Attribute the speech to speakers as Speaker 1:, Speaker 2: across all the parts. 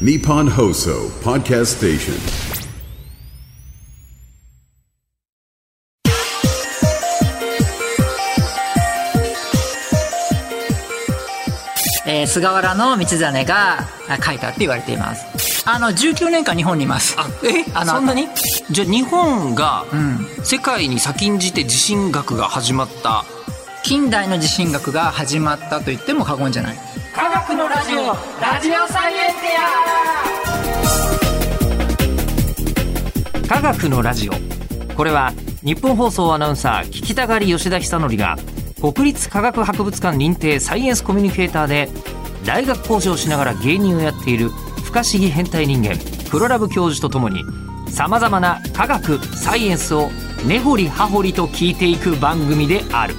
Speaker 1: Nippon Hoso Podcast Station.
Speaker 2: えー菅原の道真があ書いたって言われていますあの19年間日本にいます
Speaker 3: あえ
Speaker 2: あの
Speaker 3: そんなにじゃあ日本が世界に先んじて地震学が始まった
Speaker 2: 近代の地震学が始まったと言っても過言じゃない科学のラジオラジオサイエンテ
Speaker 3: 科学のラジオこれは日本放送アナウンサー聞きたがり吉田久典が国立科学博物館認定サイエンスコミュニケーターで大学講師をしながら芸人をやっている不可思議変態人間プロラブ教授とともにさまざまな科学サイエンスを根掘り葉掘りと聞いていく番組である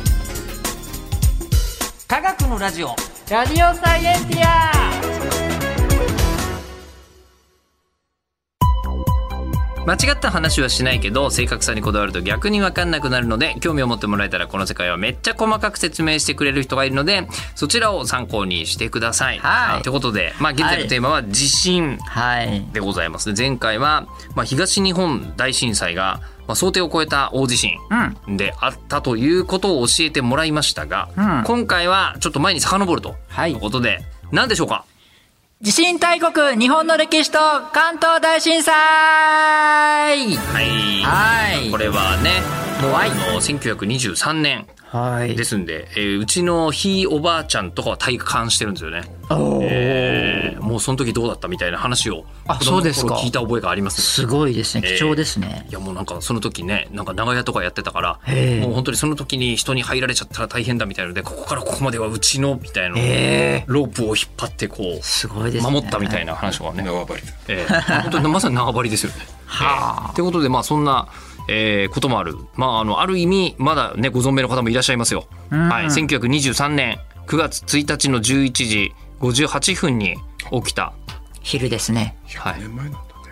Speaker 3: 科学のラジオ
Speaker 2: ィアラジオサイエンティア
Speaker 3: 間違った話はしないけど正確さにこだわると逆に分かんなくなるので興味を持ってもらえたらこの世界はめっちゃ細かく説明してくれる人がいるのでそちらを参考にしてください。
Speaker 2: はい
Speaker 3: ということで、まあ、現在のテーマは地震
Speaker 2: はい
Speaker 3: でございますね。前回は、まあ、東日本大震災が、まあ、想定を超えた大地震であったということを教えてもらいましたが、
Speaker 2: うん
Speaker 3: 今回はちょっと前に遡ると
Speaker 2: はい
Speaker 3: いうことで、何でしょうか
Speaker 2: 地震大国日本の歴史と関東大震災
Speaker 3: はい。
Speaker 2: はい
Speaker 3: これはね、もう
Speaker 2: はい
Speaker 3: あの1923年
Speaker 2: は
Speaker 3: ですんで、えーうちのひいおばあちゃんとかは体感してるんですよね。
Speaker 2: おー
Speaker 3: えーもうその時どうだったみたいな話を
Speaker 2: あ
Speaker 3: 子供
Speaker 2: そ
Speaker 3: の頃
Speaker 2: うですか
Speaker 3: 聞いた覚えがありますね。
Speaker 2: すごいですね
Speaker 3: えー
Speaker 2: 貴重ですね、
Speaker 3: いやもうなんかその時ねなんか長屋とかやってたから
Speaker 2: へえ
Speaker 3: もう本当にその時に人に入られちゃったら大変だみたいのでここからここまではうちのみたいな
Speaker 2: え
Speaker 3: ロープを引っ張ってこ
Speaker 2: すごいで
Speaker 3: う
Speaker 2: すね
Speaker 3: 守ったみたいな話はね縄張り、ええ本当にまさに縄張りですよね。
Speaker 2: はあ
Speaker 3: ということでまあそんな、えーこともある、まあ、あのある意味まだねご存命の方もいらっしゃいますよ。はい、1923年9月1日の11時58分に起きた、
Speaker 2: 昼ですね
Speaker 3: はい、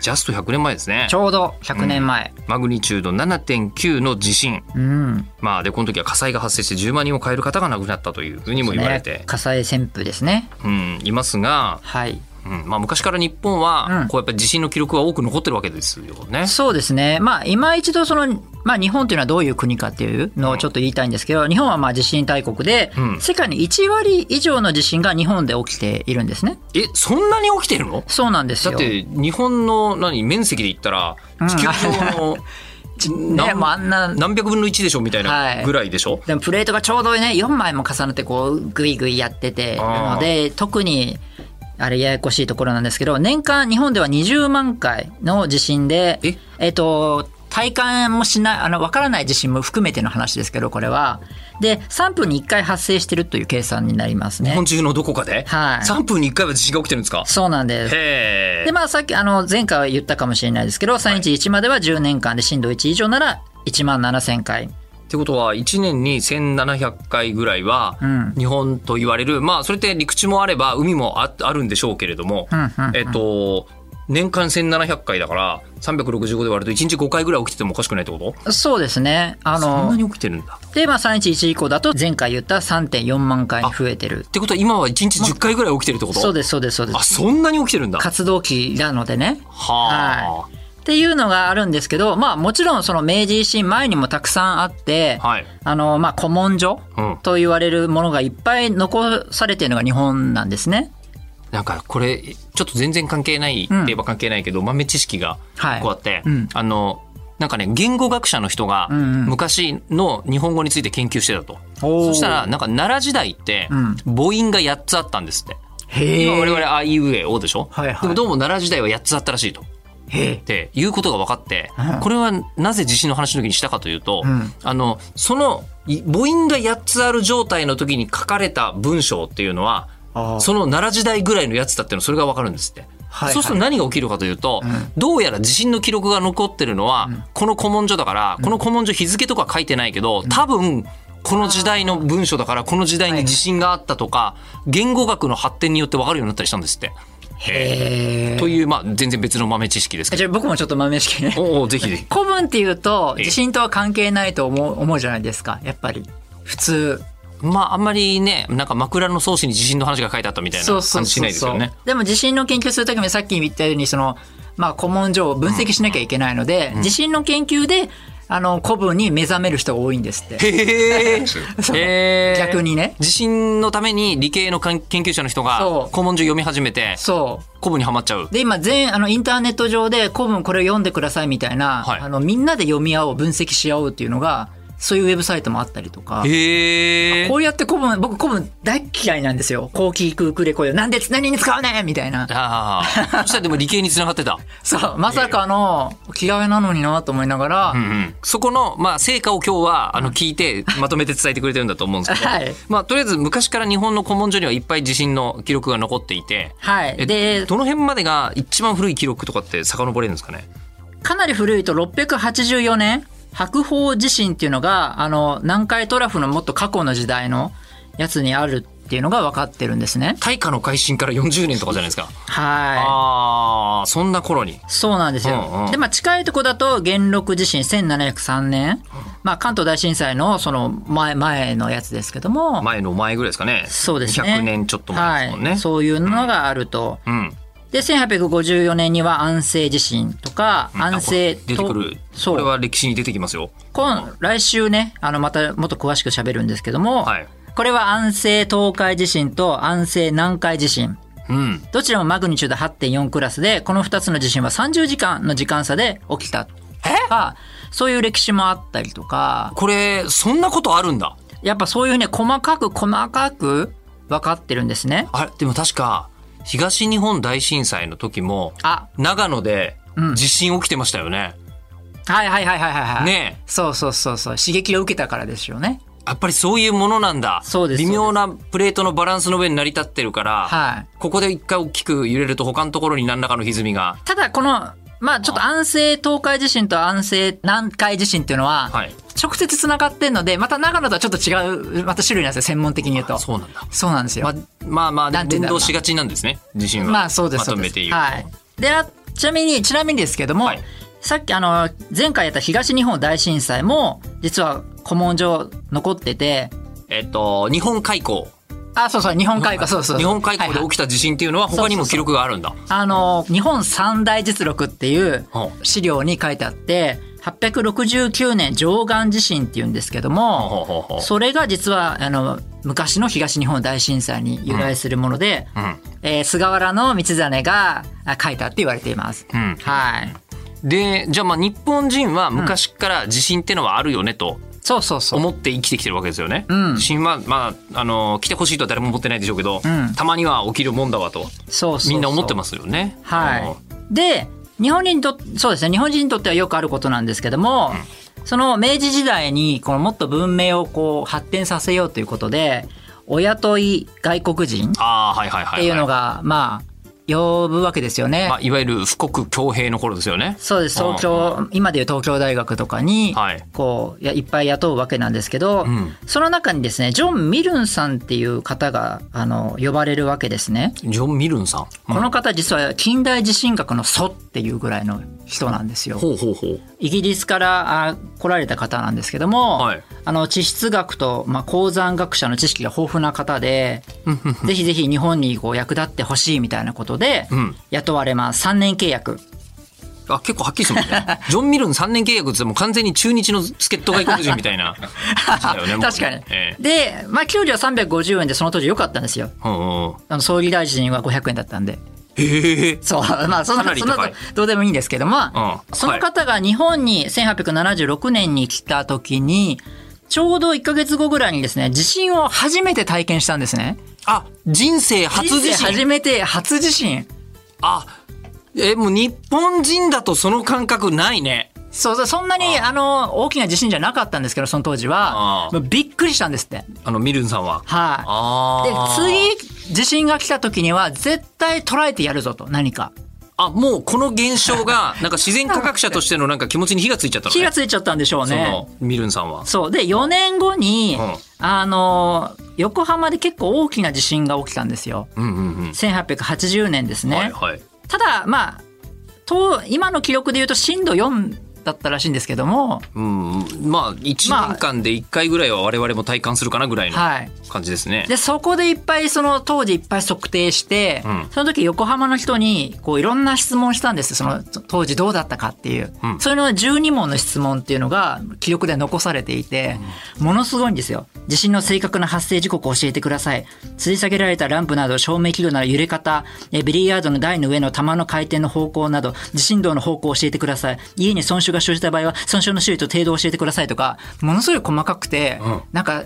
Speaker 3: ジャスト100年前ですね
Speaker 2: ちょうど100年前
Speaker 3: マグニチュード7.9の地震、
Speaker 2: うん、
Speaker 3: まあ、でこの時は火災が発生して10万人を超える方が亡くなったというふうにも言われて、
Speaker 2: ね火災旋風ですね
Speaker 3: うん、いますが、
Speaker 2: はい
Speaker 3: うんまあ、昔から日本
Speaker 2: うん
Speaker 3: はこうやっぱり地震の記録は多く残ってるわけですよね。
Speaker 2: そうですね、まあ、今一度その、まあ、日本というのはどういう国かっていうのをちょっと言いたいんですけど、日本はまあ地震大国で、
Speaker 3: うん
Speaker 2: 世界に1割以上の地震が日本で起きているんですね。
Speaker 3: えそんなに起きてるの
Speaker 2: そうなんです
Speaker 3: だ
Speaker 2: よ。
Speaker 3: って日本の何面積で言ったら
Speaker 2: ん
Speaker 3: 地球上 の
Speaker 2: ね、もうあんな、
Speaker 3: 何百分の1でしょみたい
Speaker 2: は
Speaker 3: ないぐらいでしょ、
Speaker 2: でもプレートがちょうどね、4枚も重なってこう、ぐいぐいやってて、
Speaker 3: あー
Speaker 2: なので、特に、あれややこしいところなんですけど、年間日本では20万回の地震で、
Speaker 3: え
Speaker 2: えっと、体感もしない、あの、わからない地震も含めての話ですけど、これは。で、3分に1回発生してるという計算になります
Speaker 3: 日
Speaker 2: ね
Speaker 3: 本。中のどこかで、
Speaker 2: はい
Speaker 3: 3分に1回は地震が起きてるんですか
Speaker 2: そうなんです。
Speaker 3: へえ
Speaker 2: で、まあさっき、あの、前回は言ったかもしれないですけど、311までは10年間で震度1以上なら1万7000回。
Speaker 3: ってことは1年に1700回ぐらいは
Speaker 2: ん
Speaker 3: 日本と言われる、まあそれって陸地もあれば海もああるんでしょうけれども、
Speaker 2: んうんうん
Speaker 3: えっと年間1700回だから365で割ると1日5回ぐらい起きててもおかしくないってこと
Speaker 2: そうですね。あ
Speaker 3: そん
Speaker 2: の
Speaker 3: な、に起きてるんだっ
Speaker 2: で、まあ、311以降だと前回言った3.4万回に増えてる。
Speaker 3: てことは今は1日10回ぐらい起きてるってこと
Speaker 2: そうです、そうです、そうで
Speaker 3: あ
Speaker 2: す。
Speaker 3: そんなに起きてるんだは
Speaker 2: 活動期なのでね。
Speaker 3: あ
Speaker 2: っていうのがあるんですけど、まあ、もちろんその明治維新前にもたくさんあって、
Speaker 3: はい
Speaker 2: あの、まあ、古文書
Speaker 3: うん
Speaker 2: と言われるものがいっぱい残されているのが日本なんですね。
Speaker 3: なんかこれちょっと全然関係ないって言えば関係ないけど、豆知識が
Speaker 2: はい
Speaker 3: こうあって、
Speaker 2: うん
Speaker 3: あのなんかね言語学者の人が
Speaker 2: んうん
Speaker 3: 昔の日本語について研究してたと、
Speaker 2: おー
Speaker 3: そしたらなんか奈良時代って
Speaker 2: ん
Speaker 3: 母音が8つあったんですって、
Speaker 2: へ
Speaker 3: 今我々あいうえおでしょ、
Speaker 2: はいはい
Speaker 3: でもどうも奈良時代は8つあったらしいと。
Speaker 2: へえ。
Speaker 3: っていうことが分かって、これはなぜ地震の話の時にしたかというと、
Speaker 2: ん
Speaker 3: あのそのい母音が8つある状態の時に書かれた文章っていうのは
Speaker 2: あー
Speaker 3: その奈良時代ぐらいのやつだっていうのそれが分かるんですって。
Speaker 2: はい
Speaker 3: そうすると何が起きるかというと、どうやら地震の記録が残ってるのは、この古文書だから、この古文書日付とか書いてないけど、多分この時代の文書だからこの時代に地震があったとか、言語学の発展によって分かるようになったりしたんですって。
Speaker 2: へえ。
Speaker 3: という、まあ、全然別の豆知識ですけど。
Speaker 2: じゃあ僕もちょっと豆識ね。
Speaker 3: おおぜひぜひ。
Speaker 2: 古文っていうと、
Speaker 3: え
Speaker 2: 地震とは関係ないと思う、思うじゃないですか、やっぱり。普通。
Speaker 3: まああんまりねなんか枕草子に地震の話が書いてあったみたいな感じしないですよね。
Speaker 2: でも地震の研究するときもさっき言ったようにその、まあ、古文書を分析しなきゃいけないので、地震の研究であの古文に目覚める人が多いんですって。
Speaker 3: へー
Speaker 2: そう
Speaker 3: へー
Speaker 2: 逆にね
Speaker 3: 地震のために理系のかん研究者の人が
Speaker 2: そう
Speaker 3: 古文書読み始めて
Speaker 2: そう
Speaker 3: 古文にはまっちゃう。
Speaker 2: で今全あのインターネット上で古文これを読んでくださいみたいな、
Speaker 3: はい
Speaker 2: あのみんなで読み合おう分析し合おうっていうのがそういうウェブサイトもあったりとか。
Speaker 3: へえ
Speaker 2: こうやって古文、僕古文大っ嫌いなんですよ。こう聞くくれこうよ。なんで、何に使うねんみたいな。
Speaker 3: ああそしたらでも理系につながってた。
Speaker 2: そう、まさかの嫌いなのになと思いながら、
Speaker 3: うんうんそこの、まあ、成果を今日は、あの、聞いて、まとめて伝えてくれてるんだと思うんですけど、
Speaker 2: はい
Speaker 3: まあ、とりあえず、昔から日本の古文書にはいっぱい地震の記録が残っていて、
Speaker 2: はい。
Speaker 3: え
Speaker 2: で、
Speaker 3: どの辺までが一番古い記録とかって遡れるんですかね
Speaker 2: かなり古いと684年、白鳳地震っていうのが、あの、南海トラフのもっと過去の時代のやつにあるっていうのが分かってるんですね。
Speaker 3: 大化の改新から40年とかじゃないですか。
Speaker 2: は
Speaker 3: ああ、そんな頃に。
Speaker 2: い。そうなんですよ。
Speaker 3: うんうん
Speaker 2: で、まあ近いとこだと元禄地震1703年、まあ関東大震災のその前、前のやつですけども、
Speaker 3: 前の前ぐらいですかね。
Speaker 2: そうですね。
Speaker 3: 100年ちょっと前ですもんね。
Speaker 2: はい。そういうのがあると。
Speaker 3: うん。
Speaker 2: で、1854年には安政地震とか、安政
Speaker 3: あこれ出てくる。
Speaker 2: そう
Speaker 3: これは歴史に出てきますよ。
Speaker 2: 今来週ねあのまたもっと詳しく喋るんですけども、
Speaker 3: はい
Speaker 2: これは安政東海地震と安政南海地震
Speaker 3: うん。
Speaker 2: どちらもマグニチュード8.4クラスでこの2つの地震は30時間の時間差で起きたとかそういう歴史もあったりとか
Speaker 3: これ、そんなことあるんだ。
Speaker 2: やっぱそういうね細かく細かく分かってるんですね。
Speaker 3: あれ、でも確か、東日本大震災の時も、
Speaker 2: あ
Speaker 3: 長野で
Speaker 2: うん
Speaker 3: 地震起きてましたよね。
Speaker 2: はいはいはいはいはいはい。
Speaker 3: ね
Speaker 2: そうそうそうそう刺激を受けたからですよね。
Speaker 3: やっぱりそういうものなんだ。
Speaker 2: そうです
Speaker 3: 微妙なプレートのバランスの上に成り立ってるから、
Speaker 2: はい
Speaker 3: ここで一回大きく揺れると他のところに何らかの歪みが。
Speaker 2: ただこのまあちょっと安政東海地震と安政南海地震っていうのは、
Speaker 3: はい。
Speaker 2: 直接つながってんのでまた長野とはちょっと違うまた種類なんですよ専門的に言うと
Speaker 3: そうなんだ。
Speaker 2: そうなんですよ
Speaker 3: ま
Speaker 2: ま
Speaker 3: まあまあ、
Speaker 2: なんて言
Speaker 3: 連
Speaker 2: うんだろうな
Speaker 3: 動しがちなんですね。地震は。
Speaker 2: あそうです
Speaker 3: ま
Speaker 2: そう
Speaker 3: と
Speaker 2: です
Speaker 3: めて言うと。
Speaker 2: はい、であちなみにちなみにですけども、
Speaker 3: はい
Speaker 2: さっきあの前回やった東日本大震災も実は古文書残ってて
Speaker 3: えっと、日本海溝。
Speaker 2: あそうそう日本海溝そうそう
Speaker 3: 日本海溝
Speaker 2: はい
Speaker 3: で起
Speaker 2: はい
Speaker 3: きた地震っていうのは他にも記録があるんだ。
Speaker 2: あの日本三大実録っていう
Speaker 3: ほう
Speaker 2: 資料に書いてあって869年上岸地震っていうんですけども、
Speaker 3: ほうほうほう
Speaker 2: それが実はあの昔の東日本大震災に由来するもので、
Speaker 3: うん
Speaker 2: えー菅原道真があ書いたって言われています。
Speaker 3: うん
Speaker 2: はい、
Speaker 3: で、じゃあまあ日本人は昔から地震ってのはあるよねと
Speaker 2: そうそうそう。
Speaker 3: 思って生きてきてるわけですよね。
Speaker 2: うん
Speaker 3: 地震は、まあ、あの、来てほしいとは誰も思ってないでしょうけど、
Speaker 2: うん
Speaker 3: たまには起きるもんだわと、
Speaker 2: そうそう
Speaker 3: みんな思って
Speaker 2: す。
Speaker 3: ますよね。
Speaker 2: はい。で、日本人にとそうですね。日本人にとってはよくあることなんですけども、その明治時代にこのもっと文明をこう発展させようということで、お雇い外国人っ
Speaker 3: ああー、はいはいはい、は
Speaker 2: ていうのが、まあ呼ぶわけですよね。
Speaker 3: まあ、いわゆる富国強兵の頃ですよね。
Speaker 2: そうです
Speaker 3: うん
Speaker 2: 東京今でいう東京大学とかに
Speaker 3: はい
Speaker 2: こうやいっぱい雇うわけなんですけど、
Speaker 3: ん
Speaker 2: その中にですねジョン・ミルンさんっていう方があの呼ばれるわけですね。
Speaker 3: ジョン・ミルンさん。
Speaker 2: この方実は近代地震学の祖っていうぐらいの人なんですよ。
Speaker 3: ほうほうほう。
Speaker 2: イギリスからあ来られた方なんですけども、
Speaker 3: はい
Speaker 2: あの地質学と、まあ、鉱山学者の知識が豊富な方でぜひぜひ日本にこう役立ってほしいみたいなことで
Speaker 3: うん
Speaker 2: 雇われます3年契約。
Speaker 3: あ、結構はっきりしてます ね。ジョン・ミルン3年契約って言ってもう完全に中日の助っ人外国人みたいな感じだよね。もうね
Speaker 2: 確かに。
Speaker 3: ええ
Speaker 2: で、まあ、給料350円でその当時良かったんですよ。
Speaker 3: うんうん
Speaker 2: あの総理大臣は500円だったんで。
Speaker 3: へえ。
Speaker 2: そう、 まあ、そん
Speaker 3: かな
Speaker 2: な、
Speaker 3: り
Speaker 2: そんな
Speaker 3: 高い
Speaker 2: どうでもいいんですけども、
Speaker 3: うん
Speaker 2: その方が日本に1876年に来た時に、ちょうど1ヶ月後ぐらいにですね、地震を初めて体験したんですね。
Speaker 3: あ、人生初地
Speaker 2: 人生
Speaker 3: 震。
Speaker 2: 初めて初地震。
Speaker 3: あ、え、もう日本人だとその感覚ないね。
Speaker 2: そうそう、そんなに、あの、大きな地震じゃなかったんですけど、その当時は
Speaker 3: あ。ー
Speaker 2: もうびっくりしたんですって。
Speaker 3: あの、ミルンさんは。
Speaker 2: はい、で
Speaker 3: ああ。
Speaker 2: 次地震が来た時には絶対捉えてやるぞと何か
Speaker 3: あ、もうこの現象が、なんか自然科学者としてのなんか気持ちに火がついちゃったのね。
Speaker 2: 火がついちゃったんでしょう
Speaker 3: そ
Speaker 2: ね
Speaker 3: の、ミルンさんは。
Speaker 2: そうで4年後に、
Speaker 3: うん
Speaker 2: あの横浜で結構大きな地震が起きたんですよ
Speaker 3: うんうんうん。
Speaker 2: 1880年ですね、
Speaker 3: はいはい。
Speaker 2: ただまあと今の記録で言うと震度4だったらしいんですけども、
Speaker 3: うん、まあ1年間で1回ぐらいは我々も体感するかなぐらいの
Speaker 2: はい。
Speaker 3: 感じですね。
Speaker 2: で、そこでいっぱい、その当時いっぱい測定して、
Speaker 3: うん
Speaker 2: その時横浜の人に、こういろんな質問したんですよ。その当時どうだったかっていう。
Speaker 3: うん
Speaker 2: そういうの12問の質問っていうのが記録で残されていて、ものすごいんですよ。地震の正確な発生時刻を教えてください。吊り下げられたランプなど、照明器具など揺れ方、えビリヤードの台の上の玉の回転の方向など、地震動の方向を教えてください。家に損傷が生じた場合は、損傷の種類と程度を教えてくださいとか、ものすごい細かくて、
Speaker 3: うん
Speaker 2: なんか、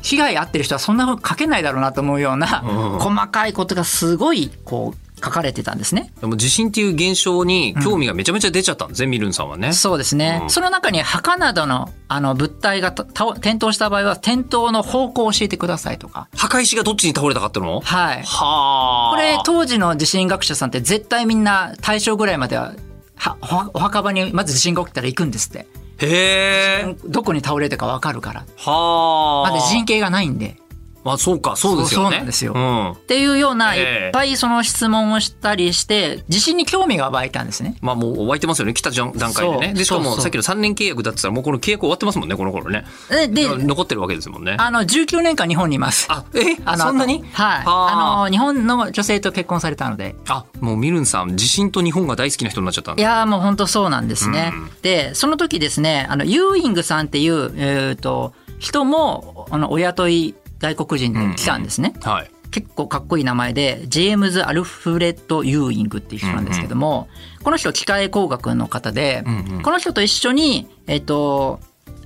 Speaker 2: 被害あってる人はそんなこと書けないだろうなと思うような、
Speaker 3: うん
Speaker 2: 細かいことがすごい、こう、書かれてたんですね。
Speaker 3: でも地震っていう現象に興味がめちゃめちゃ出ちゃったんですね、ミルンさんはね。
Speaker 2: そうですね。
Speaker 3: うん
Speaker 2: その中に、墓などの、あの、物体がた倒転倒した場合は、転倒の方向を教えてくださいとか。
Speaker 3: 墓石がどっちに倒れたかっていうのも
Speaker 2: はい。
Speaker 3: はあ。
Speaker 2: これ、当時の地震学者さんって絶対みんな、大正ぐらいまでは、はおお墓場にまず地震が起きたら行くんですって。
Speaker 3: へえ。
Speaker 2: どこに倒れたかわかるから。
Speaker 3: はあ。
Speaker 2: まだ地震系がないんで。
Speaker 3: まあそうか、そうです
Speaker 2: そうそ
Speaker 3: よね。
Speaker 2: うなんですよ
Speaker 3: ん
Speaker 2: っていうような、
Speaker 3: ええ
Speaker 2: いっぱいその質問をしたりして、地震に興味が湧いたんですね。
Speaker 3: まあもう湧いてますよね、来たじゃん段階で
Speaker 2: そ
Speaker 3: ね。
Speaker 2: う
Speaker 3: で、しか
Speaker 2: そう
Speaker 3: も
Speaker 2: そう
Speaker 3: さっきの3年契約だって言ったらもうこの契約終わってますもんね、この頃ね。
Speaker 2: で、で
Speaker 3: 残ってるわけですもんね。
Speaker 2: あの、19年間日本にいます。
Speaker 3: あ、え
Speaker 2: あの
Speaker 3: そんなに
Speaker 2: はい。
Speaker 3: あ
Speaker 2: あの、日本の女性と結婚されたので。
Speaker 3: あ、もうミルンさん、地震と日本が大好きな人になっちゃったん
Speaker 2: い
Speaker 3: だ。
Speaker 2: やーもう本当そうなんですね。で、その時ですね、あの、ユーイングさんっていう、えっ、と、人も、あの、お雇い外国人で来たんですね。
Speaker 3: はい。
Speaker 2: 結構かっこいい名前で、ジェームズ・アルフレッド・ユーイングっていう人なんですけども、この人機械工学の方で、
Speaker 3: うんうん
Speaker 2: この人と一緒に、えっ、と、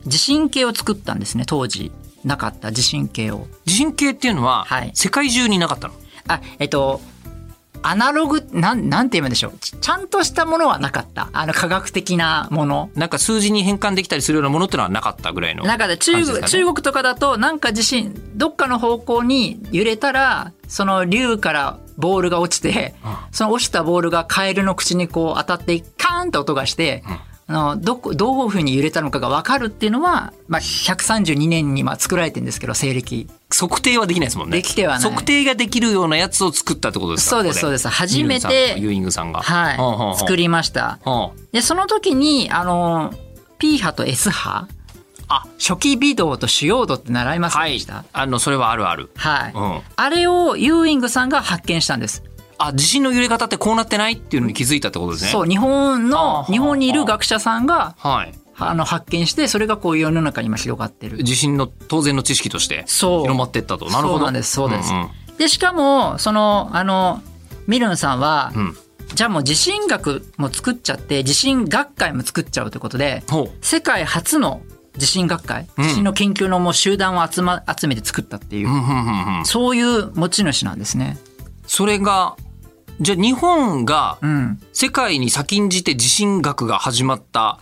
Speaker 2: 地震計を作ったんですね、当時。なかった地震計を。
Speaker 3: 地震計っていうのは、
Speaker 2: はい
Speaker 3: 世界中になかったの。
Speaker 2: あ、えっと、アナログ、なん、なんて言うんでしょう。ちちゃんとしたものはなかった。あの科学的なもの。
Speaker 3: なんか数字に変換できたりするようなものってのはなかったぐらいの。
Speaker 2: なんかで中
Speaker 3: 感じ
Speaker 2: 国、
Speaker 3: ですかね
Speaker 2: 中国とかだと、なんか地震、どっかの方向に揺れたら、その竜からボールが落ちて、その落ちたボールがカエルの口にこう当たって、カーンって音がして、あのどこどういうふうに揺れたのかが分かるっていうのは、まあ、132年にまあ作られてるんですけど西暦
Speaker 3: 測定はできないですもんね。
Speaker 2: できてはない
Speaker 3: 測定ができるようなやつを作ったってことですか
Speaker 2: そうです
Speaker 3: これ
Speaker 2: そうです初めて
Speaker 3: ミルンさんとユーイングさんが。
Speaker 2: はい、
Speaker 3: ほうほうほう
Speaker 2: 作りました
Speaker 3: ほう
Speaker 2: でその時にあの P 波と S 波
Speaker 3: あ、
Speaker 2: 初期微動と主要度って習いません
Speaker 3: は
Speaker 2: で
Speaker 3: い
Speaker 2: した。
Speaker 3: あの、それはあるある。
Speaker 2: はい、
Speaker 3: うん
Speaker 2: あれをユーイングさんが発見したんです、
Speaker 3: あ、地震の揺れ方ってこうなってないっていうのに気づいたってことですね。。
Speaker 2: そうう日本
Speaker 3: あ
Speaker 2: の
Speaker 3: ー
Speaker 2: 日本にいる学者さんが
Speaker 3: はい。
Speaker 2: あの発見してそれがこう世の中に今広がってる
Speaker 3: 地震の当然の知識として
Speaker 2: そう
Speaker 3: 広まっていったと。なるほど。
Speaker 2: そうなんですそうです、
Speaker 3: んん
Speaker 2: でしかもそのあのミルンさんは、
Speaker 3: ん
Speaker 2: じゃあもう地震学も作っちゃって地震学会も作っちゃうということで
Speaker 3: ほう
Speaker 2: 世界初の地震学会
Speaker 3: ん
Speaker 2: 地震の研究のもう集団を集,、ま、集めて作ったっていう、
Speaker 3: うんうんうんうん
Speaker 2: そういう持ち主なんですね。
Speaker 3: それが、じゃあ日本が
Speaker 2: うん、
Speaker 3: 世界に先んじて地震学が始まった。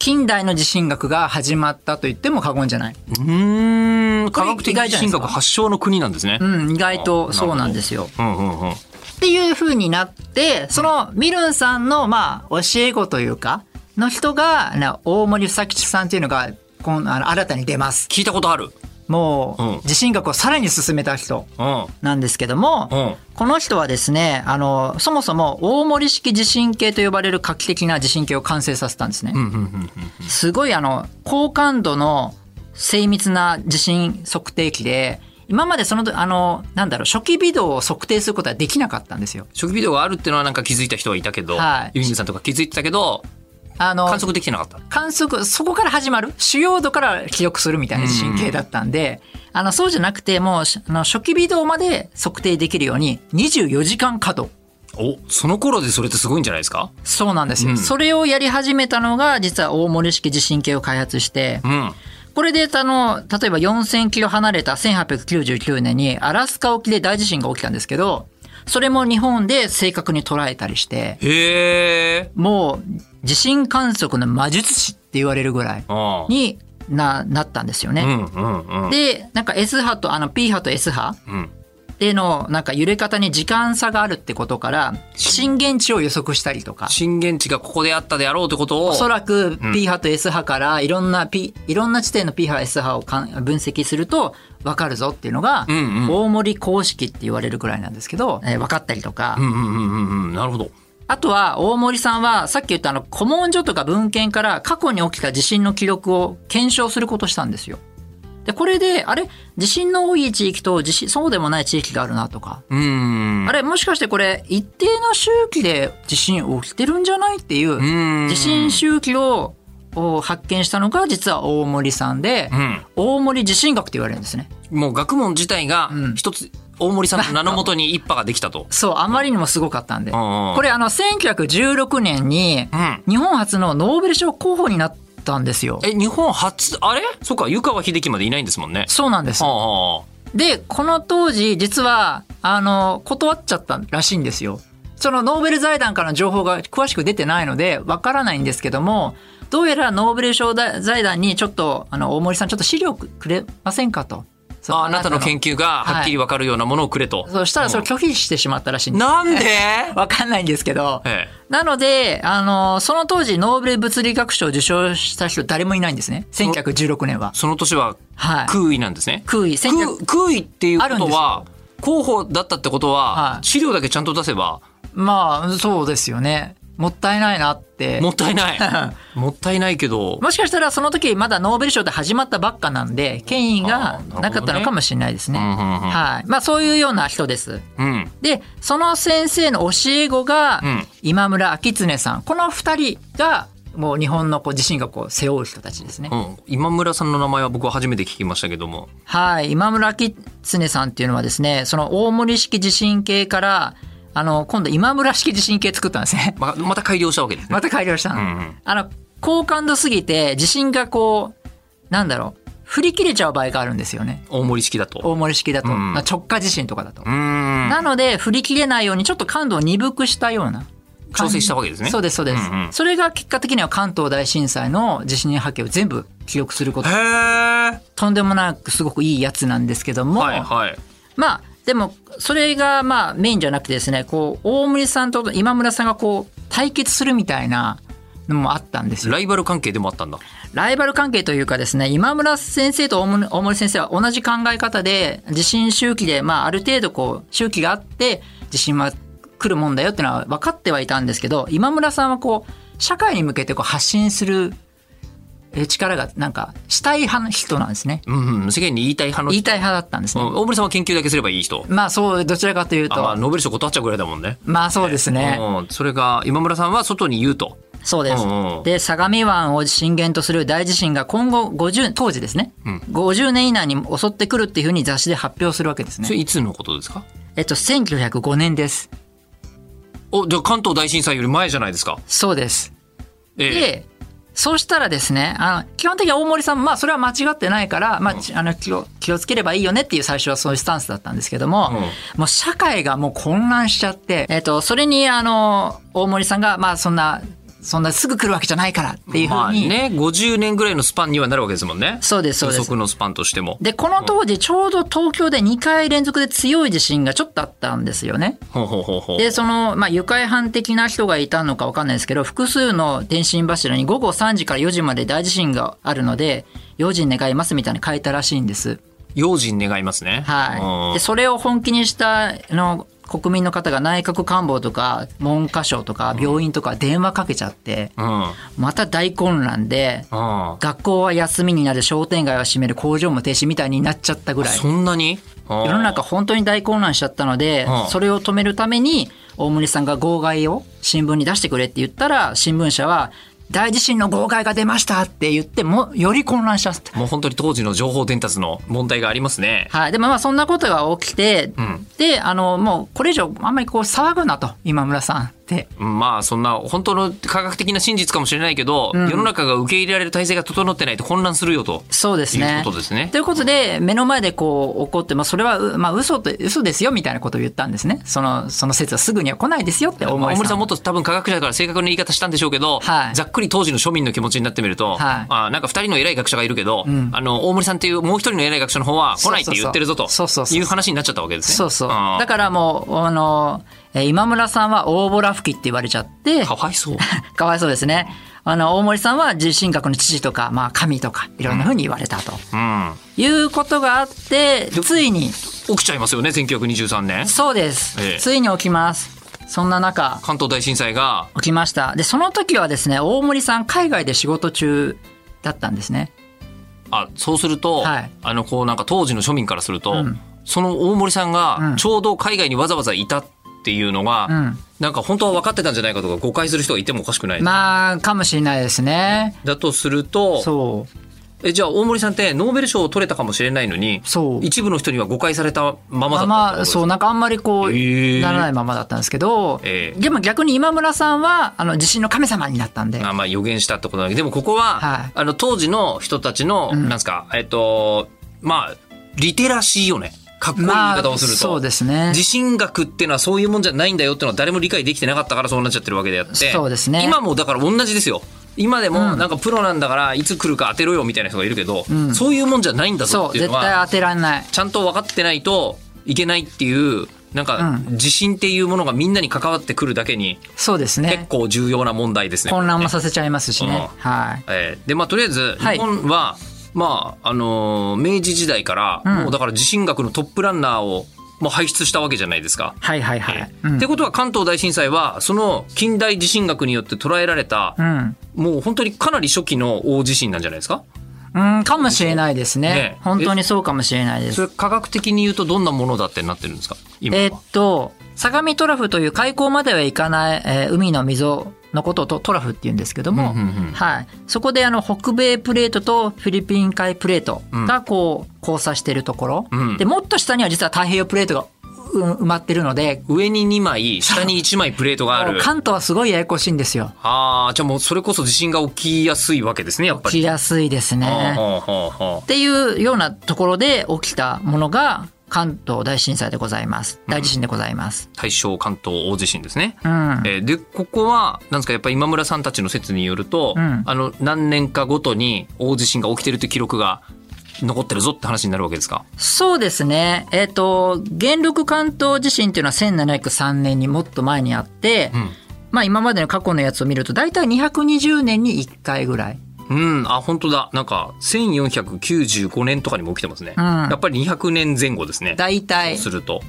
Speaker 2: 近代の地震学が始まったと言っても過言じゃない。
Speaker 3: うーん、科学
Speaker 2: 意
Speaker 3: 的
Speaker 2: 外
Speaker 3: 地
Speaker 2: じゃないで
Speaker 3: 震
Speaker 2: すか
Speaker 3: 学発祥の国なんですね。
Speaker 2: うん、意外とそうなんですよ。
Speaker 3: うんうんうん。
Speaker 2: っていう風になって、そのミルンさんの、まあ、教え子というか、の人が、な大森房吉さんというのが、こんあの新たに出ます。
Speaker 3: 聞いたことある。
Speaker 2: も
Speaker 3: うん
Speaker 2: う、地震学をさらに進めた人
Speaker 3: うん。
Speaker 2: なんですけども、
Speaker 3: うん
Speaker 2: この人はですね、あの、そもそも大森式地震計と呼ばれる画期的な地震計を完成させたんですね。
Speaker 3: うんうんうん
Speaker 2: すごいあの高感度の精密な地震測定器で今までそのあのなんだろう初期微動を測定することはできなかったんですよ。
Speaker 3: 初期ビデオがあるっていうのはなんか気づいた人はいたけど、
Speaker 2: はい
Speaker 3: ユーミンさんとか気づいてたけど、
Speaker 2: あの
Speaker 3: 観測できてなかった。
Speaker 2: 観測そこから始まる主要度から記録するみたいな地震計だったんで、あのそうじゃなくてもうしあの初期微動まで測定できるように24時間稼働
Speaker 3: お、その頃でそれってすごいんじゃないですか
Speaker 2: そうなんですよ、
Speaker 3: うん
Speaker 2: それをやり始めたのが実は大森式地震計を開発して、
Speaker 3: うん。
Speaker 2: これで、あの、例えば4000キロ離れた1899年にアラスカ沖で大地震が起きたんですけど、それも日本で正確に捉えたりして、
Speaker 3: へえ。
Speaker 2: もう地震観測の魔術師って言われるぐらい
Speaker 3: ああ。
Speaker 2: にな、なったんですよ
Speaker 3: う
Speaker 2: ね。
Speaker 3: んうんうん。
Speaker 2: で、なんか S 波と、あの P 波と S 波
Speaker 3: うん。
Speaker 2: での、なんか揺れ方に時間差があるってことから、震源地を予測したりとか。
Speaker 3: 震源地がここであったであろうってことを。
Speaker 2: おそらく P 波と S 波からいろんな P、いろんな地点の P 波 S 波をかん分析すると分かるぞっていうのが、
Speaker 3: んうん
Speaker 2: 大森公式って言われるくらいなんですけど、えー分かったりとか、
Speaker 3: うんうんうんうんうん。なるほど。
Speaker 2: あとは、大森さんは、さっき言ったあの、古文書とか文献から過去に起きた地震の記録を検証することしたんですよ。で、これで、あれ地震の多い地域と地震、そうでもない地域があるなとか、
Speaker 3: うーん。
Speaker 2: あれもしかしてこれ、一定の周期で地震起きてるんじゃないっていう
Speaker 3: ー
Speaker 2: う、
Speaker 3: ん
Speaker 2: 地震周期をを発見したのが、実は大森さんで、
Speaker 3: うん。
Speaker 2: 大森地震学って言われるんですね。
Speaker 3: もう学問自体が
Speaker 2: うん。
Speaker 3: 一つ大森さ んの名のもとに一派ができたと
Speaker 2: そう、あまりにもすごかったんで。
Speaker 3: うんうん
Speaker 2: これあの、1916年に
Speaker 3: う、ん。
Speaker 2: 日本初のノーベル賞候補になったんですよ。
Speaker 3: え、日本初、あれそっか、湯川秀樹までいないんですもんね。
Speaker 2: そうなんです
Speaker 3: は。あは
Speaker 2: で、この当時、実は、あの、断っちゃったらしいんですよ。そのノーベル財団からの情報が詳しく出てないので、わからないんですけども、どうやらノーベル賞だ財団にちょっと、あの、大森さんちょっと資料くくれませんかと。そう
Speaker 3: あ。あなたの研究がはっきりわかるようなものをくれと。
Speaker 2: そうしたらそれを拒否してしまったらしいんです。
Speaker 3: なん で
Speaker 2: わかんないんですけど。
Speaker 3: ええ
Speaker 2: なので、あの、その当時ノーベル物理学賞を受賞した人誰もいないんですね。1916年は。
Speaker 3: その年は
Speaker 2: はい。
Speaker 3: 空位なんですね。
Speaker 2: 空位。
Speaker 3: 空
Speaker 2: 1900
Speaker 3: 空位っていうこ
Speaker 2: あるん
Speaker 3: と
Speaker 2: です
Speaker 3: は
Speaker 2: よ、
Speaker 3: 候補だったってことは
Speaker 2: は、い
Speaker 3: 資料だけちゃんと出せば、
Speaker 2: まあ、そうですよね。もったいないなって。
Speaker 3: もった いない。もったいないけど、
Speaker 2: もしかしたらその時まだノーベル賞って始まったばっかなんで、権威がなかったのかもしれないですね。
Speaker 3: あーなるほどねうんうんうん
Speaker 2: はい。まあそういうような人です。
Speaker 3: うん。
Speaker 2: で、その先生の教え子が
Speaker 3: うん
Speaker 2: 今村明恒さん。この二人がもう日本のこう地震学を背負う人たちですね
Speaker 3: う。ん、今村さんの名前は僕は初めて聞きましたけども。
Speaker 2: はい。今村明恒さんっていうのはですね、その大森式地震計から、あの、今度今村式地震計作ったんですね。
Speaker 3: ままた改良したわけですね。
Speaker 2: また改良したの。
Speaker 3: うんうん
Speaker 2: あの、高感度すぎて、地震がこう、なんだろう、振り切れちゃう場合があるんですよね。
Speaker 3: 大盛り式だと。
Speaker 2: 大盛り式だと。
Speaker 3: うん
Speaker 2: まあ直下地震とかだと。
Speaker 3: うーん。
Speaker 2: なので、振り切れないように、ちょっと感度を鈍くしたような。
Speaker 3: 調整したわけですね。
Speaker 2: そうです、そうです、
Speaker 3: うんうん
Speaker 2: それが結果的には関東大震災の地震波形を全部記録すること
Speaker 3: へ。ー。
Speaker 2: とんでもなくすごくいいやつなんですけども、
Speaker 3: はいはい。
Speaker 2: まあ、でも、それがまあメインじゃなくてですね、こう、大森さんと今村さんがこう、対決するみたいなのもあったんですよ
Speaker 3: ライバル関係でもあったんだ。
Speaker 2: ライバル関係というかですね、今村先生と大森大森先生は同じ考え方で、地震周期で、まあ、ある程度こう、周期があって、地震は来るもんだよっていうのは分かってはいたんですけど、今村さんはこう、社会に向けてこう発信するえ力が、なんか、したい派の人なんですね。
Speaker 3: うんうん。世間に言いたい派の人
Speaker 2: 言いたい派だったんです
Speaker 3: う
Speaker 2: ね。
Speaker 3: ん大森さんは研究だけすればいい人。
Speaker 2: まあ、そう、どちらかという
Speaker 3: あま
Speaker 2: と
Speaker 3: あ、、ノーベル賞断っちゃうぐらいだもんね。
Speaker 2: まあ、そうですね。
Speaker 3: うん。それが、今村さんは外に言うと。
Speaker 2: そうです。
Speaker 3: うんうん
Speaker 2: で、相模湾を震源とする大地震が今後50、当時ですね、50年以内に襲ってくるっていうふうに雑誌で発表するわけです
Speaker 3: それ
Speaker 2: ね。
Speaker 3: いつのことですか
Speaker 2: えっと、1905年です。
Speaker 3: お、じゃあ関東大震災より前じゃないですか。
Speaker 2: そうです。
Speaker 3: ええ。
Speaker 2: で、そうしたらですね、あの、基本的には大森さん、まあ、それは間違ってないから、まあ、ちあの、気を、気をつければいいよねっていう最初はそういうスタンスだったんですけども、もう社会がもう混乱しちゃって、えっと、それに、あの、大森さんが、まあ、そんな、そんなすぐ来るわけじゃないからっていうふうに、
Speaker 3: まあね、50年ぐらいのスパンにはなるわけですもんね。
Speaker 2: そうですそうです
Speaker 3: 予測のスパンとしても。
Speaker 2: で、この当時、ちょうど東京で2回連続で強い地震がちょっとあったんですよね。
Speaker 3: ほうほうほうほう。
Speaker 2: で、その、まあ、愉快犯的な人がいたのかわかんないですけど、複数の電信柱に午後3時から4時まで大地震があるので、用心願いますみたいに書いたらしいんです。
Speaker 3: 用心願いますね。
Speaker 2: はい。で、
Speaker 3: う
Speaker 2: それを本気にした、あの、国民の方が内閣官房とか、文科省とか、病院とか電話かけちゃって、
Speaker 3: ん。うん。うん。
Speaker 2: また大混乱で、学校は休みになる、商店街は閉める、工場も停止みたいになっちゃったぐらい。
Speaker 3: そんなに
Speaker 2: 世の中本当に大混乱しちゃったので
Speaker 3: うん、
Speaker 2: それを止めるために、大森さんが号外を新聞に出してくれって言ったら、新聞社は、大地震の号外が出ましたって言って、も、より混乱しちゃった。
Speaker 3: もう本当に当時の情報伝達の問題がありますね。
Speaker 2: はい。でもまあそんなことが起きて、
Speaker 3: ん
Speaker 2: で、あの、もうこれ以上あんまりこう騒ぐなと、今村さんって。
Speaker 3: まあそんな本当の科学的な真実かもしれないけど、世の中が受け入れられる体制が整ってないと混乱するよと。
Speaker 2: そうです
Speaker 3: いう
Speaker 2: ね。
Speaker 3: ことですね
Speaker 2: ということで、目の前でこう起こって、まあそれは、うまあ嘘と、嘘ですよみたいなことを言ったんですね。その、その説はすぐには来ないですよって大
Speaker 3: まあ
Speaker 2: 森
Speaker 3: 大
Speaker 2: さん
Speaker 3: 森さん
Speaker 2: は
Speaker 3: もっと多分科学者だから正確な言い方したんでしょうけど、
Speaker 2: はい
Speaker 3: ざっくり当時の庶民の気持ちになってみる
Speaker 2: は
Speaker 3: と、
Speaker 2: い
Speaker 3: あなんか二人の偉い学者がいるけど、あの大森さんっていうもう一人の偉い学者の方は来ないって言ってるぞと
Speaker 2: そうそうそうそうそうそう
Speaker 3: いう話になっちゃったわけですね。
Speaker 2: そうそう。
Speaker 3: あー
Speaker 2: だからもう、あの、えー今村さんは大ボラ吹きって言われちゃって、
Speaker 3: かわいそう。
Speaker 2: かわいそうですね。あの、大森さんは地震学の父とか、まあ神とか、いろんな風に言われたと。
Speaker 3: うん。
Speaker 2: いうことがあって、ついに、
Speaker 3: 起きちゃいますよね、1923年。
Speaker 2: そうです。
Speaker 3: ええ
Speaker 2: ついに起きます。そんな中
Speaker 3: 関東大震災が
Speaker 2: 起きましたでその時はですね大森さん海外で仕事中だったんですね
Speaker 3: あそうすると、
Speaker 2: はい
Speaker 3: あのこうなんか当時の庶民からすると、
Speaker 2: うん
Speaker 3: その大森さん
Speaker 2: う
Speaker 3: が
Speaker 2: ん
Speaker 3: ちょうど海外にわざわざいたっていうのが、
Speaker 2: うん
Speaker 3: なんか本当は分かってたんじゃないかとか誤解する人がいてもおかしくない、
Speaker 2: まあかもしれないですね
Speaker 3: だとすると
Speaker 2: そう
Speaker 3: えじゃあ大森さんってノーベル賞を取れたかもしれないのに
Speaker 2: そう
Speaker 3: 一部の人には誤解されたままだ
Speaker 2: まあ
Speaker 3: ったってこと
Speaker 2: ま
Speaker 3: で
Speaker 2: あ
Speaker 3: すか
Speaker 2: そうなんかあんまりこう、
Speaker 3: へえ
Speaker 2: ならないままだったんですけど、
Speaker 3: ええ
Speaker 2: でも逆に今村さんはあの地震の神様になったんで
Speaker 3: あまあ予言したってことだけどでもここは、
Speaker 2: はい
Speaker 3: あの当時の人たちの、なんですかえっとまあリテラシーよねかっこいい言い方をすると、
Speaker 2: そうですね
Speaker 3: 地震学っていうのはそういうもんじゃないんだよっていうのは誰も理解できてなかったからそうなっちゃってるわけであって
Speaker 2: そうですね
Speaker 3: 今もだから同じですよ今でもなんかプロなんだからいつ来るか当てろよみたいな人がいるけど、そういうもんじゃないんだぞ
Speaker 2: そ
Speaker 3: っ
Speaker 2: う
Speaker 3: ていう
Speaker 2: 絶
Speaker 3: のは
Speaker 2: 対当てられない
Speaker 3: ちゃんと分かってないといけないっていうなんか地震っていうものがみんなに関わってくるだけに
Speaker 2: そうですね
Speaker 3: 結構重要な問題ですね。
Speaker 2: 混乱もさせちゃいますしね、
Speaker 3: うん
Speaker 2: はい
Speaker 3: えーでまあとりあえず
Speaker 2: は
Speaker 3: 日
Speaker 2: い
Speaker 3: 本は、まああのー明治時代から、
Speaker 2: ん
Speaker 3: もうだから地震学のトップランナーをもう輩出したわけじゃないですか。
Speaker 2: はいはいはい、う
Speaker 3: っ
Speaker 2: ん
Speaker 3: てことは関東大震災はその近代地震学によって捉えられた、
Speaker 2: うん
Speaker 3: もう本当にかなり初期の大地震なんじゃないですか
Speaker 2: うん、かもしれないですね
Speaker 3: ね
Speaker 2: 本当にそうかもしれないで
Speaker 3: そ
Speaker 2: す
Speaker 3: れ科学的に言うとどんなものだってなってるんですか今は、
Speaker 2: えーっと相模トラフという海溝までは行かない、えー海の溝のことをトトラフって言うんですけども、
Speaker 3: うんうんうん
Speaker 2: はい、そこであの北米プレートとフィリピン海プレートがこう交差しているところ、
Speaker 3: うん
Speaker 2: でもっと下には実は太平洋プレートがう埋まってるので
Speaker 3: 上に2枚下に1枚プレートが ある
Speaker 2: 関東はすごいややこしいんですよ。
Speaker 3: ああじゃあもうそれこそ地震が起きやすいわけですねやっぱ
Speaker 2: 起き
Speaker 3: り。
Speaker 2: やすいですね。
Speaker 3: はあはあはあ
Speaker 2: っていうようなところで起きたものが関東大震災でございます。大地震でございます。
Speaker 3: 大正関東大地震ですね。
Speaker 2: うん。
Speaker 3: えーでここはなんですかやっぱり今村さんたちの説によると、
Speaker 2: うん
Speaker 3: あの何年かごとに大地震が起きてるって記録が残ってるぞって話になるわけですか
Speaker 2: そうですね。えっ、と、元禄関東地震っていうのは1703年にもっと前にあって、まあ今までの過去のやつを見ると大体220年に1回ぐらい。
Speaker 3: うん、あ本当だなんか1495年とかにも起きてますね、
Speaker 2: うん
Speaker 3: やっぱり200年前後ですね
Speaker 2: 大体。
Speaker 3: すると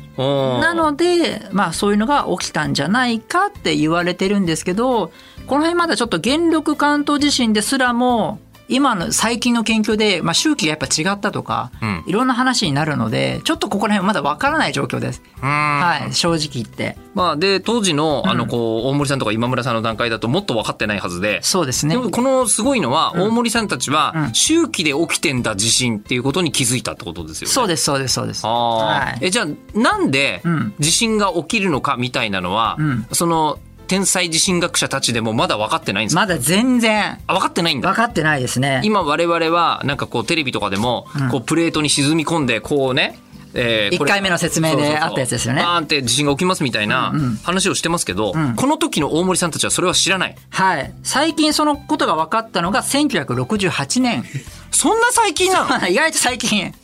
Speaker 2: な
Speaker 3: な
Speaker 2: ので、まあそういうのが起きたんじゃないかって言われてるんですけど、この辺まだちょっと元禄関東地震ですらも、今の最近の研究で、まあ周期がやっぱ違ったとか、
Speaker 3: うん
Speaker 2: いろんな話になるので、ちょっとここら辺はまだわからない状況です。はい、正直言って。
Speaker 3: まあで当時のあのこう大森さんとか今村さんの段階だともっと分かってないはずで
Speaker 2: そうですね
Speaker 3: で。もこのすごいのは大森さんたちは
Speaker 2: うん
Speaker 3: 周期で起きてんだ地震っていうことに気づいたってことですよね。
Speaker 2: そうです、そうです、そうです。
Speaker 3: ああ、
Speaker 2: はい
Speaker 3: えじゃあなんで
Speaker 2: うん
Speaker 3: 地震が起きるのかみたいなのは、
Speaker 2: ん
Speaker 3: その天才地震学者たちでもまだ分かってないんですか、
Speaker 2: まだ全然
Speaker 3: あ分かってないんだ
Speaker 2: 分かってないですね。
Speaker 3: 今我々はなんかこうテレビとかでもこうプレートに沈み込んでこうね、えーこれ
Speaker 2: 一回目の説明で
Speaker 3: そうそうそう
Speaker 2: あったやつですよね
Speaker 3: バーンって地震が起きますみたいな話をしてますけど、この時の大森さんたちはそれは知らない
Speaker 2: はい。最近そのことが分かったのが1968年。
Speaker 3: そんな最近なの
Speaker 2: 意外と最近。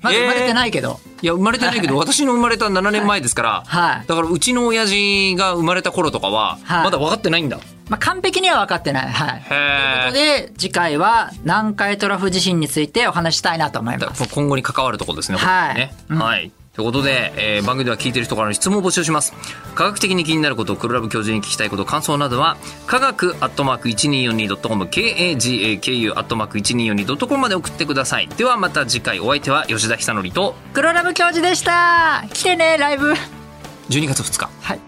Speaker 2: まだ生まれてないけど。
Speaker 3: いや生まれてないけど私の生まれた7年前ですから、
Speaker 2: はい
Speaker 3: だからうちの親父が生まれた頃とかは
Speaker 2: はい
Speaker 3: まだ分かってないんだ、
Speaker 2: まあ完璧には分かってない。はい。
Speaker 3: へえ
Speaker 2: ということで、次回は南海トラフ地震についてお話ししたいなと思いま
Speaker 3: だか
Speaker 2: す。
Speaker 3: ら今後に関わるところですね。
Speaker 2: はい
Speaker 3: ねはい。ということで、えー番組では聞いてる人からの質問を募集します。科学的に気になること、黒ラブ教授に聞きたいこと、感想などは、科学アットマーク 1242.com、KAGAKU アットマーク 1242.com まで送ってください。ではまた次回、お相手は吉田久典と、
Speaker 2: 黒ラブ教授でした来てね、ライブ
Speaker 3: 12月2日。
Speaker 2: はい。